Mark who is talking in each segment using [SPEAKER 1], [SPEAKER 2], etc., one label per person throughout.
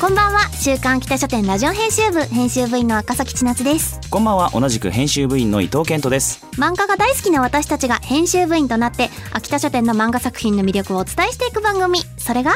[SPEAKER 1] こんばんは、週刊北書店ラジオ編集部編集部員の赤崎千夏です。
[SPEAKER 2] こんばんは同じく編集部員の伊藤健人です
[SPEAKER 1] 漫画が大好きな私たちが編集部員となって秋田書店の漫画作品の魅力をお伝えしていく番組それが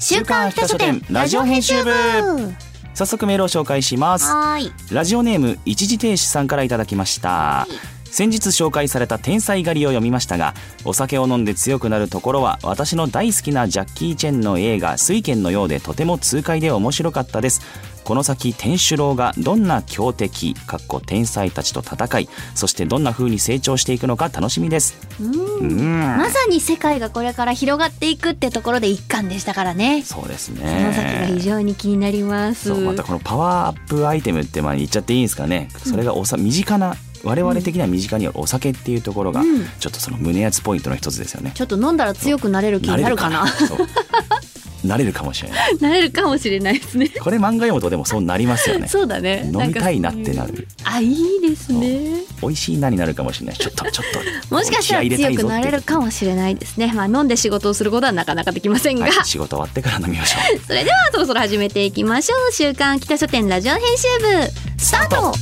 [SPEAKER 1] 週刊秋田書店ラジオ編集部は
[SPEAKER 2] 早速メールを紹介します
[SPEAKER 1] ーい
[SPEAKER 2] ラジオネーム一時停止さんからいただきました先日紹介された天才狩りを読みましたがお酒を飲んで強くなるところは私の大好きなジャッキー・チェンの映画「水拳」のようでとても痛快で面白かったですこの先天守郎がどんな強敵かっこ天才たちと戦いそしてどんな風に成長していくのか楽しみですうーん
[SPEAKER 1] まさに世界がこれから広がっていくってところで一巻でしたからね
[SPEAKER 2] そうです
[SPEAKER 1] そ
[SPEAKER 2] ね
[SPEAKER 1] の先が非常に気になります
[SPEAKER 2] そうまたこのパワーアップアイテムってまあ言っちゃっていいんですかねそれがおさ身近な我々的には身近にあるお酒っていうところが
[SPEAKER 1] うん
[SPEAKER 2] ちょっとその胸熱ポイントの一つですよね。
[SPEAKER 1] ちょっと飲んだら強くなれる気になるかな
[SPEAKER 2] そうなれるかもしれ ない。
[SPEAKER 1] なれるかもしれないですね
[SPEAKER 2] これ漫画読むとでもそうなりますよね。
[SPEAKER 1] そうだね
[SPEAKER 2] 飲みたいなって
[SPEAKER 1] んか
[SPEAKER 2] なる
[SPEAKER 1] あいいですね
[SPEAKER 2] 美味しいなになるかもしれないちょっとちょっと
[SPEAKER 1] もしかしたら
[SPEAKER 2] 気合い
[SPEAKER 1] 強
[SPEAKER 2] 入れたい
[SPEAKER 1] く
[SPEAKER 2] ぞって
[SPEAKER 1] なれるかもしれないですねまあ飲んで仕事をすることはなかなかできませんが、
[SPEAKER 2] はい、仕事終わってから飲みましょう
[SPEAKER 1] それではそろそろ始めていきましょう週刊秋田書店ラジオ編集部スタート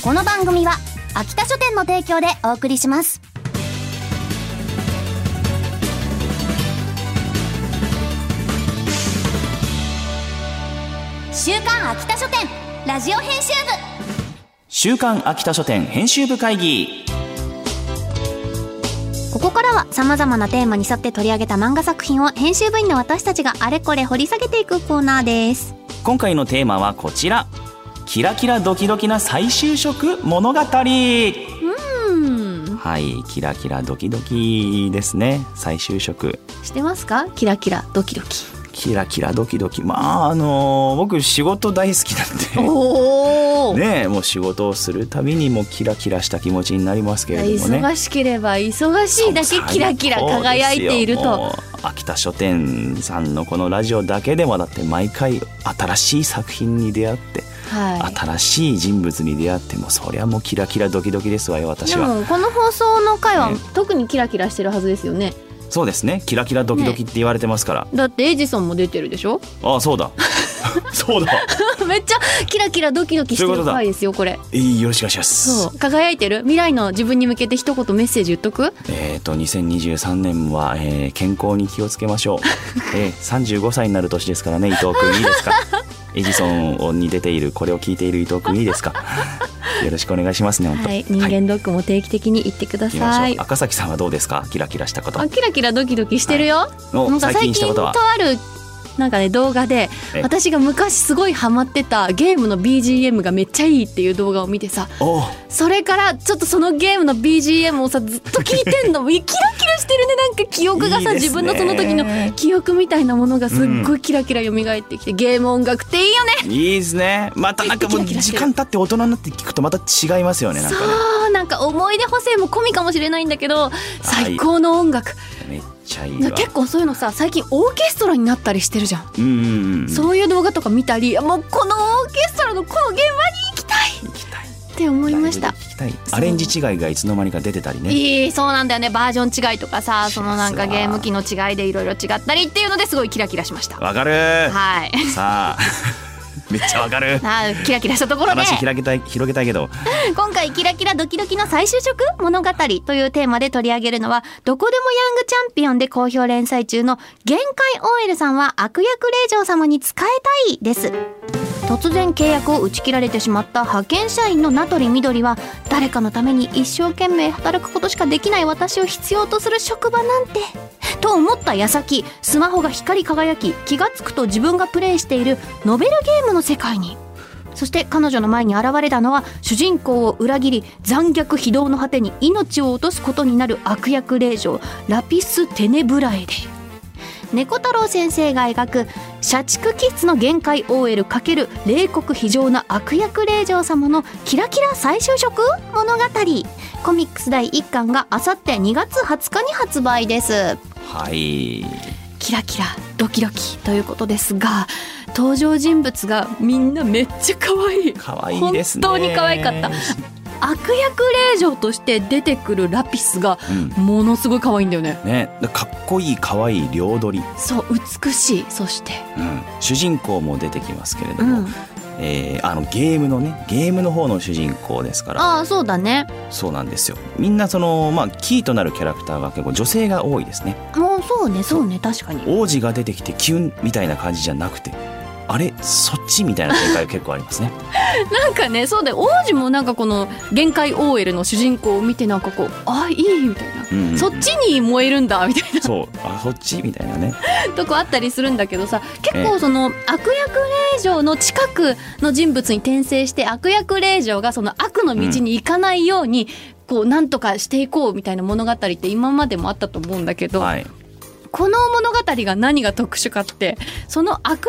[SPEAKER 1] この番組は秋田書店の提供でお送りします週刊秋田書店ラジオ編集
[SPEAKER 2] 週刊秋田書店編集部会議
[SPEAKER 1] 部ここからは様々なテーマに沿って取り上げた漫画作品を編集部員の私たちがあれこれ掘り下げていくコーナーです
[SPEAKER 2] 今回のテーマはこちらキラキラドキドキな再就職物語
[SPEAKER 1] うん
[SPEAKER 2] はい、キラキラドキドキですね。再就職、
[SPEAKER 1] してますかキラキラドキドキ
[SPEAKER 2] キラキラドキドキ。まああの僕仕事大好きなんで。
[SPEAKER 1] おお、
[SPEAKER 2] ねえもう仕事をするたびにもうキラキラした気持ちになりますけれどもね
[SPEAKER 1] 忙しければ忙しいだけキラキラ輝いている
[SPEAKER 2] そう
[SPEAKER 1] と
[SPEAKER 2] ですよもう秋田書店さんのこのラジオだけでもだって毎回新しい作品に出会って、
[SPEAKER 1] は
[SPEAKER 2] 新しい人物に出会ってもうそりゃもうキラキラドキドキですわよ
[SPEAKER 1] いで
[SPEAKER 2] 私は
[SPEAKER 1] もこの放送の回は
[SPEAKER 2] ね
[SPEAKER 1] 特にキラキラしてるはずですよね
[SPEAKER 2] そうですねキラキラドキドキって言われてますから、
[SPEAKER 1] だってエジソンも出てるでしょ
[SPEAKER 2] ああそうだそうだ
[SPEAKER 1] めっちゃキラキラドキドキしてる回ですよこれ
[SPEAKER 2] えーよろしくお願いします。
[SPEAKER 1] そう輝いてる未来の自分に向けて一言メッセージ言っとく
[SPEAKER 2] えっ、と2023年は、えー健康に気をつけまし ょう。えー、35歳になる年ですからね伊藤君い いですか。エジソンに出ているこれを聞いている伊藤君いいで すか。よろしくお願いしますね本当。
[SPEAKER 1] はい人
[SPEAKER 2] はい
[SPEAKER 1] 間ドックも定期的に言ってくだ
[SPEAKER 2] 行きましょう
[SPEAKER 1] さい、
[SPEAKER 2] 赤崎さんはどうですかキラキラしたこと
[SPEAKER 1] あキラキラドキドキしてるよ、な
[SPEAKER 2] の
[SPEAKER 1] んか
[SPEAKER 2] 最
[SPEAKER 1] 最
[SPEAKER 2] 近した
[SPEAKER 1] 近
[SPEAKER 2] こと
[SPEAKER 1] とあ
[SPEAKER 2] は
[SPEAKER 1] るなんかね動画で
[SPEAKER 2] え
[SPEAKER 1] 私が昔すごいハマってたゲームの BGM がめっちゃいいっていう動画を見てさ
[SPEAKER 2] おう
[SPEAKER 1] それからちょっとそのゲームの BGM をさずっと聞いてん のキラキラしてるねなんか記憶がさ
[SPEAKER 2] いいですね
[SPEAKER 1] 自分のその時の記憶みたいなものがすっごいキラキラ蘇ってきて、ゲーム音楽っていいよね
[SPEAKER 2] いいですねまたなんか
[SPEAKER 1] キ
[SPEAKER 2] もう
[SPEAKER 1] ラキラし
[SPEAKER 2] 時
[SPEAKER 1] てる
[SPEAKER 2] 間経って大人になって聞くとまた違いますよねなんかね
[SPEAKER 1] そうなんか思い出補正も込みかもしれないんだけど最高の音楽、
[SPEAKER 2] めっちゃいい
[SPEAKER 1] な
[SPEAKER 2] わ
[SPEAKER 1] 結構そういうのさ最近オーケストラになったりしてるじゃん
[SPEAKER 2] うんうんうん
[SPEAKER 1] そういう動画とか見たりあもうこのオーケストラのこの現場に行きたい
[SPEAKER 2] 聞きたい
[SPEAKER 1] って思いました
[SPEAKER 2] ライブで聞きたいアレンジ違いがいつの間にか出てたりね
[SPEAKER 1] いいそうなんだよねバージョン違いとかさ
[SPEAKER 2] します
[SPEAKER 1] そのなんかゲーム機の違いでいろいろ違ったりっていうのですごいキラキラしました
[SPEAKER 2] わかる
[SPEAKER 1] はい
[SPEAKER 2] さあ めっちゃわかる
[SPEAKER 1] なキラキラしたところで
[SPEAKER 2] 話広げたい広げたいけど
[SPEAKER 1] 今回「キラキラドキドキの再就職物語」というテーマで取り上げるのはどこでもヤングチャンピオンで好評連載中の「限界 OL さんは悪役令嬢様に仕えたい」です突然契約を打ち切られてしまった派遣社員の名取みどりは誰かのために一生懸命働くことしかできない私を必要とする職場なんてと思った矢先スマホが光り輝き気がつくと自分がプレイしているノベルゲームの世界にそして彼女の前に現れたのは主人公を裏切り残虐非道の果てに命を落とすことになる悪役令嬢ラピス・テネブラエで猫太郎先生が描く社畜気質の限界 OL× 冷酷非情な悪役令嬢様のキラキラ再就職物語コミックス第1巻があさって2月20日に発売です
[SPEAKER 2] はい
[SPEAKER 1] キラキラドキドキということですが登場人物がみんなめっちゃ可愛い
[SPEAKER 2] 可愛いですね
[SPEAKER 1] 本当に可愛かった、悪役令嬢として出てくるラピスが
[SPEAKER 2] うん、
[SPEAKER 1] ものすごい可愛いんだよね
[SPEAKER 2] ねかっこいい可愛い両取り、
[SPEAKER 1] そう美しいそして
[SPEAKER 2] うん、主人公も出てきますけれど
[SPEAKER 1] う
[SPEAKER 2] も、
[SPEAKER 1] ん
[SPEAKER 2] えーあのゲームのねゲームの方の主人公ですから
[SPEAKER 1] ああそうだね
[SPEAKER 2] そうなんですよみんなそのまあキーとなるキャラクターが結構女性が多いですね
[SPEAKER 1] もうそうねそうね確かに
[SPEAKER 2] 王子が出てきてキュンみたいな感じじゃなくてあれそっちみたいな展開が結構ありますね
[SPEAKER 1] なんかねそうだよ王子もなんかこの限界 OL の主人公を見てなんかこうあいいみたいな、
[SPEAKER 2] うんうんうん
[SPEAKER 1] そっちに燃えるんだみたい
[SPEAKER 2] そうあそっちみたい なね
[SPEAKER 1] なとこあったりするんだけどさ結構その悪役令嬢の近くの人物に転生して悪役令嬢がその悪の道に行かないように、こうなんとかしていこうみたいな物語って今までもあったと思うんだけど、
[SPEAKER 2] はい
[SPEAKER 1] この物語が何が特殊かってその悪役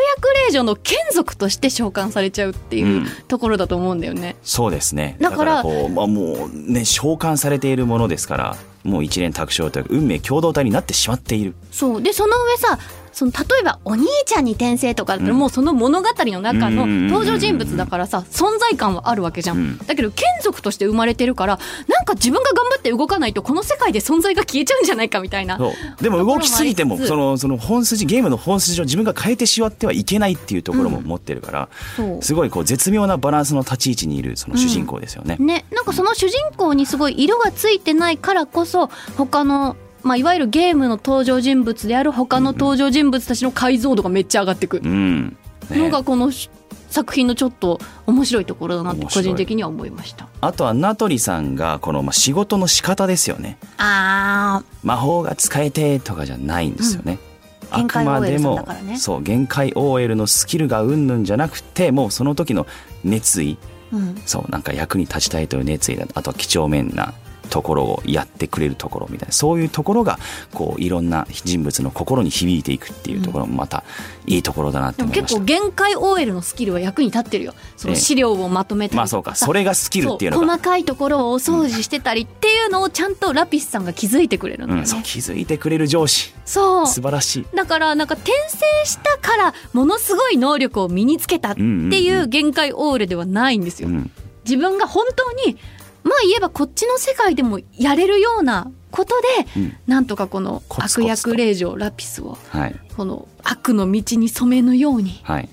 [SPEAKER 1] 令嬢の眷属として召喚されちゃうっていう、
[SPEAKER 2] うん
[SPEAKER 1] ところだと思うんだよね。
[SPEAKER 2] そうですね
[SPEAKER 1] だから
[SPEAKER 2] こう、まあ、もうね召喚されているものですからもう一連卓勝というか運命共同体になってしまっている
[SPEAKER 1] そうでその上さその例えばお兄ちゃんに転生とかだったら、
[SPEAKER 2] うん
[SPEAKER 1] もうその物語の中の
[SPEAKER 2] うんうんうんうん
[SPEAKER 1] 登場人物だからさ存在感はあるわけじゃん、
[SPEAKER 2] うん
[SPEAKER 1] だけど眷属として生まれてるからなんか自分が頑張って動かないとこの世界で存在が消えちゃうんじゃないかみたいな
[SPEAKER 2] そうでも動きすぎても
[SPEAKER 1] とこ
[SPEAKER 2] そ
[SPEAKER 1] ろ
[SPEAKER 2] のその本筋ゲームの本筋を自分が変えてしまってはいけないっていうところも持ってるから、
[SPEAKER 1] そう
[SPEAKER 2] すごいこう絶妙なバランスの立ち位置にいるその主人公ですよね。
[SPEAKER 1] ねなんかその主人公にすごい色がついてないからこそ他のまあ、いわゆるゲームの登場人物である他の登場人物たちの解像度がめっちゃ上がってく
[SPEAKER 2] うん、ね
[SPEAKER 1] のがこのし作品のちょっと面白いところだなって
[SPEAKER 2] 面
[SPEAKER 1] 個
[SPEAKER 2] 白い
[SPEAKER 1] 人的には思いました。
[SPEAKER 2] あとは名取さんがこのまあ仕事の仕方ですよね。
[SPEAKER 1] あ
[SPEAKER 2] 魔法が使えてとかじゃないんですよね。
[SPEAKER 1] うん
[SPEAKER 2] あくまで
[SPEAKER 1] 限界 OL さん
[SPEAKER 2] も
[SPEAKER 1] だからね
[SPEAKER 2] そう限界 OL のスキルがうんぬんじゃなくてもうその時の熱意
[SPEAKER 1] ー、うん、
[SPEAKER 2] そうなんか役に立ちたいという熱意だあとは几帳面なところをやってくれるところみたいなそういうところがこういろんな人物の心に響いていくっていうところもまたいいところだなって
[SPEAKER 1] でも
[SPEAKER 2] 思いま
[SPEAKER 1] 結
[SPEAKER 2] した。
[SPEAKER 1] 構限界 OL のスキルは役に立ってるよその
[SPEAKER 2] ええ
[SPEAKER 1] 資料をまとめたりとかさ、
[SPEAKER 2] まあそうかそれがスキルっていうの
[SPEAKER 1] そ
[SPEAKER 2] が
[SPEAKER 1] 細かいところをお掃除してたりっていうのをちゃんとラピスさんが気づいてくれるんだ
[SPEAKER 2] う
[SPEAKER 1] よね、
[SPEAKER 2] ん、そう気づいてくれる上司
[SPEAKER 1] そう
[SPEAKER 2] 素晴らしい。
[SPEAKER 1] だからなんか転生したからものすごい能力を身につけたっていう限界オールではないんですよ。
[SPEAKER 2] うん、
[SPEAKER 1] 自分が本当にまあ言えばこっちの世界でもやれるようなことで、
[SPEAKER 2] うん
[SPEAKER 1] なんとかこの
[SPEAKER 2] コツコツ
[SPEAKER 1] 悪
[SPEAKER 2] と
[SPEAKER 1] 役令嬢ラピスを
[SPEAKER 2] はい
[SPEAKER 1] この悪の道に染めぬように
[SPEAKER 2] はい。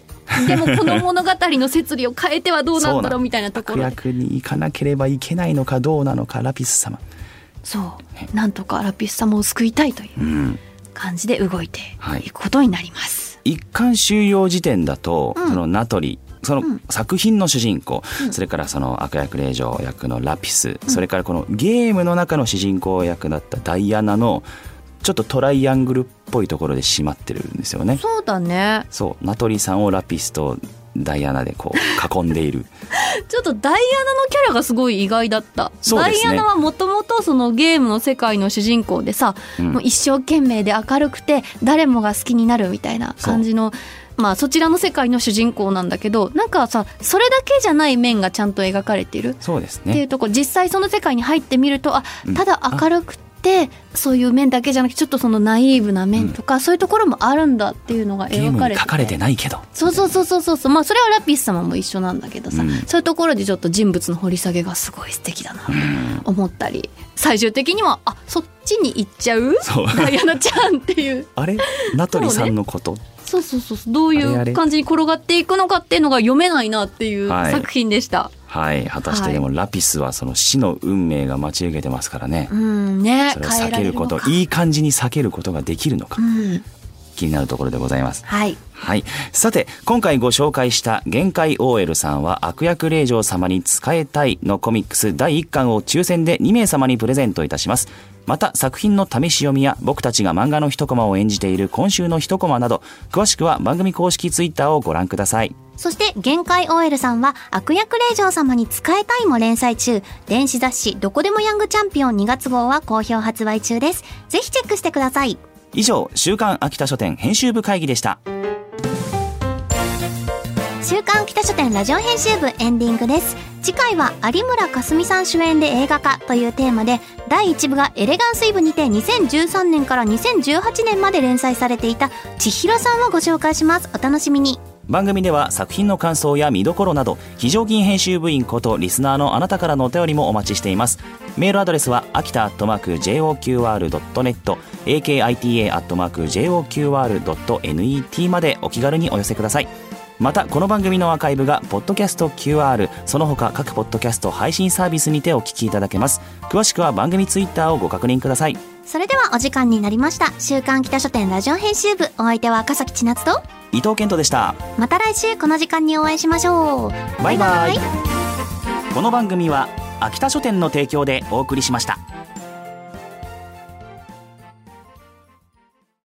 [SPEAKER 1] でもこの物語の摂理を変えてはどうなんだ
[SPEAKER 2] そう
[SPEAKER 1] ろ
[SPEAKER 2] な
[SPEAKER 1] うみたいなとこ
[SPEAKER 2] 悪
[SPEAKER 1] ろ
[SPEAKER 2] 役に行かなければいけないのかどうなのかラピス様。
[SPEAKER 1] そうなんとかラピス様を救いたいという
[SPEAKER 2] うん。
[SPEAKER 1] 感じで動いて
[SPEAKER 2] はい
[SPEAKER 1] いくことになります。
[SPEAKER 2] 一巻終了時点だと、
[SPEAKER 1] うん
[SPEAKER 2] その名取その
[SPEAKER 1] うん
[SPEAKER 2] 作品の主人公、
[SPEAKER 1] うん
[SPEAKER 2] それからその悪役令嬢役のラピス、それからこのゲームの中の主人公役だったダイアナのちょっとトライアングルっぽいところで締まってるんですよね。
[SPEAKER 1] そうだね
[SPEAKER 2] そう名取さんをラピスとダイアナでこう囲んでいる
[SPEAKER 1] ちょっとダイアナのキャラがすごい意外だった、
[SPEAKER 2] そう
[SPEAKER 1] ダ
[SPEAKER 2] で
[SPEAKER 1] イ
[SPEAKER 2] すね
[SPEAKER 1] アナはもともとそのゲームの世界の主人公でさ、
[SPEAKER 2] うん
[SPEAKER 1] もう一生懸命で明るくて誰もが好きになるみたいな感じのまあそちらの世界の主人公なんだけどなんかさそれだけじゃない面がちゃんと描かれている
[SPEAKER 2] そうです
[SPEAKER 1] っていう
[SPEAKER 2] ね。
[SPEAKER 1] ところ実際その世界に入ってみるとあ
[SPEAKER 2] うん
[SPEAKER 1] ただ明るくてそういう面だけじゃなくてちょっとそのナイーブな面とか、そういうところもあるんだっていうのが
[SPEAKER 2] ゲー
[SPEAKER 1] 描
[SPEAKER 2] ム
[SPEAKER 1] かれ
[SPEAKER 2] に
[SPEAKER 1] て
[SPEAKER 2] 書かれてないけど
[SPEAKER 1] そうそうそうそうそうそうまあそれはラピス様も一緒なんだけどさ、
[SPEAKER 2] うん
[SPEAKER 1] そういうところでちょっと人物の掘り下げがすごい素敵だなと思ったり最終的にはあそっちに行っちゃう
[SPEAKER 2] そう
[SPEAKER 1] ダイアナちゃんっていう
[SPEAKER 2] あれ名取さんのこと、
[SPEAKER 1] そうそうそうそうどうい
[SPEAKER 2] あれあ
[SPEAKER 1] う
[SPEAKER 2] れ
[SPEAKER 1] 感じに転がっていくのかっていうのが読めないなっていう
[SPEAKER 2] はい
[SPEAKER 1] 作品でした、
[SPEAKER 2] はい果たしてでもラピスはその死の運命が待ち受けてますからね、
[SPEAKER 1] うんね
[SPEAKER 2] それを
[SPEAKER 1] 変え
[SPEAKER 2] 避
[SPEAKER 1] ら
[SPEAKER 2] け
[SPEAKER 1] れる
[SPEAKER 2] るこ
[SPEAKER 1] の
[SPEAKER 2] と
[SPEAKER 1] か
[SPEAKER 2] いい感じに避けることができるのか
[SPEAKER 1] うん
[SPEAKER 2] 気になるところでございます。
[SPEAKER 1] はい
[SPEAKER 2] はい。さて、今回ご紹介した限界 OL さんは悪役令嬢様に仕えたいのコミックス第1巻を抽選で2名様にプレゼントいたします。また作品の試し読みや僕たちが漫画の一コマを演じている今週の一コマなど、詳しくは番組公式ツイッターをご覧ください。
[SPEAKER 1] そして、限界 OL さんは、悪役令嬢様に仕えたいも連載中、電子雑誌、どこでもヤングチャンピオン2月号は好評発売中です。ぜひチェックしてください。
[SPEAKER 2] 以上週刊秋田書店編集部会議でした
[SPEAKER 1] 週刊秋田書店ラジオ編集部エンディングです次回は有村架純さん主演で映画化というテーマで第1部がエレガンスイブにて2013年から2018年まで連載されていた千尋さんをご紹介しますお楽しみに
[SPEAKER 2] 番組では作品の感想や見どころなど非常勤編集部員ことリスナーのあなたからのお便りもお待ちしていますメールアドレスは秋田 JOQR.net akita JOQR.net までお気軽にお寄せくださいまたこの番組のアーカイブがポッドキャスト QR その他各ポッドキャスト配信サービスにてお聞きいただけます詳しくは番組ツイッターをご確認ください
[SPEAKER 1] それではお時間になりました週刊北書店ラジオ編集部お相手は赤崎千夏と
[SPEAKER 2] 伊藤健人でした
[SPEAKER 1] また来週この時間にお会いしましょう
[SPEAKER 2] バイバイこの番組は秋田書店の提供でお送りしました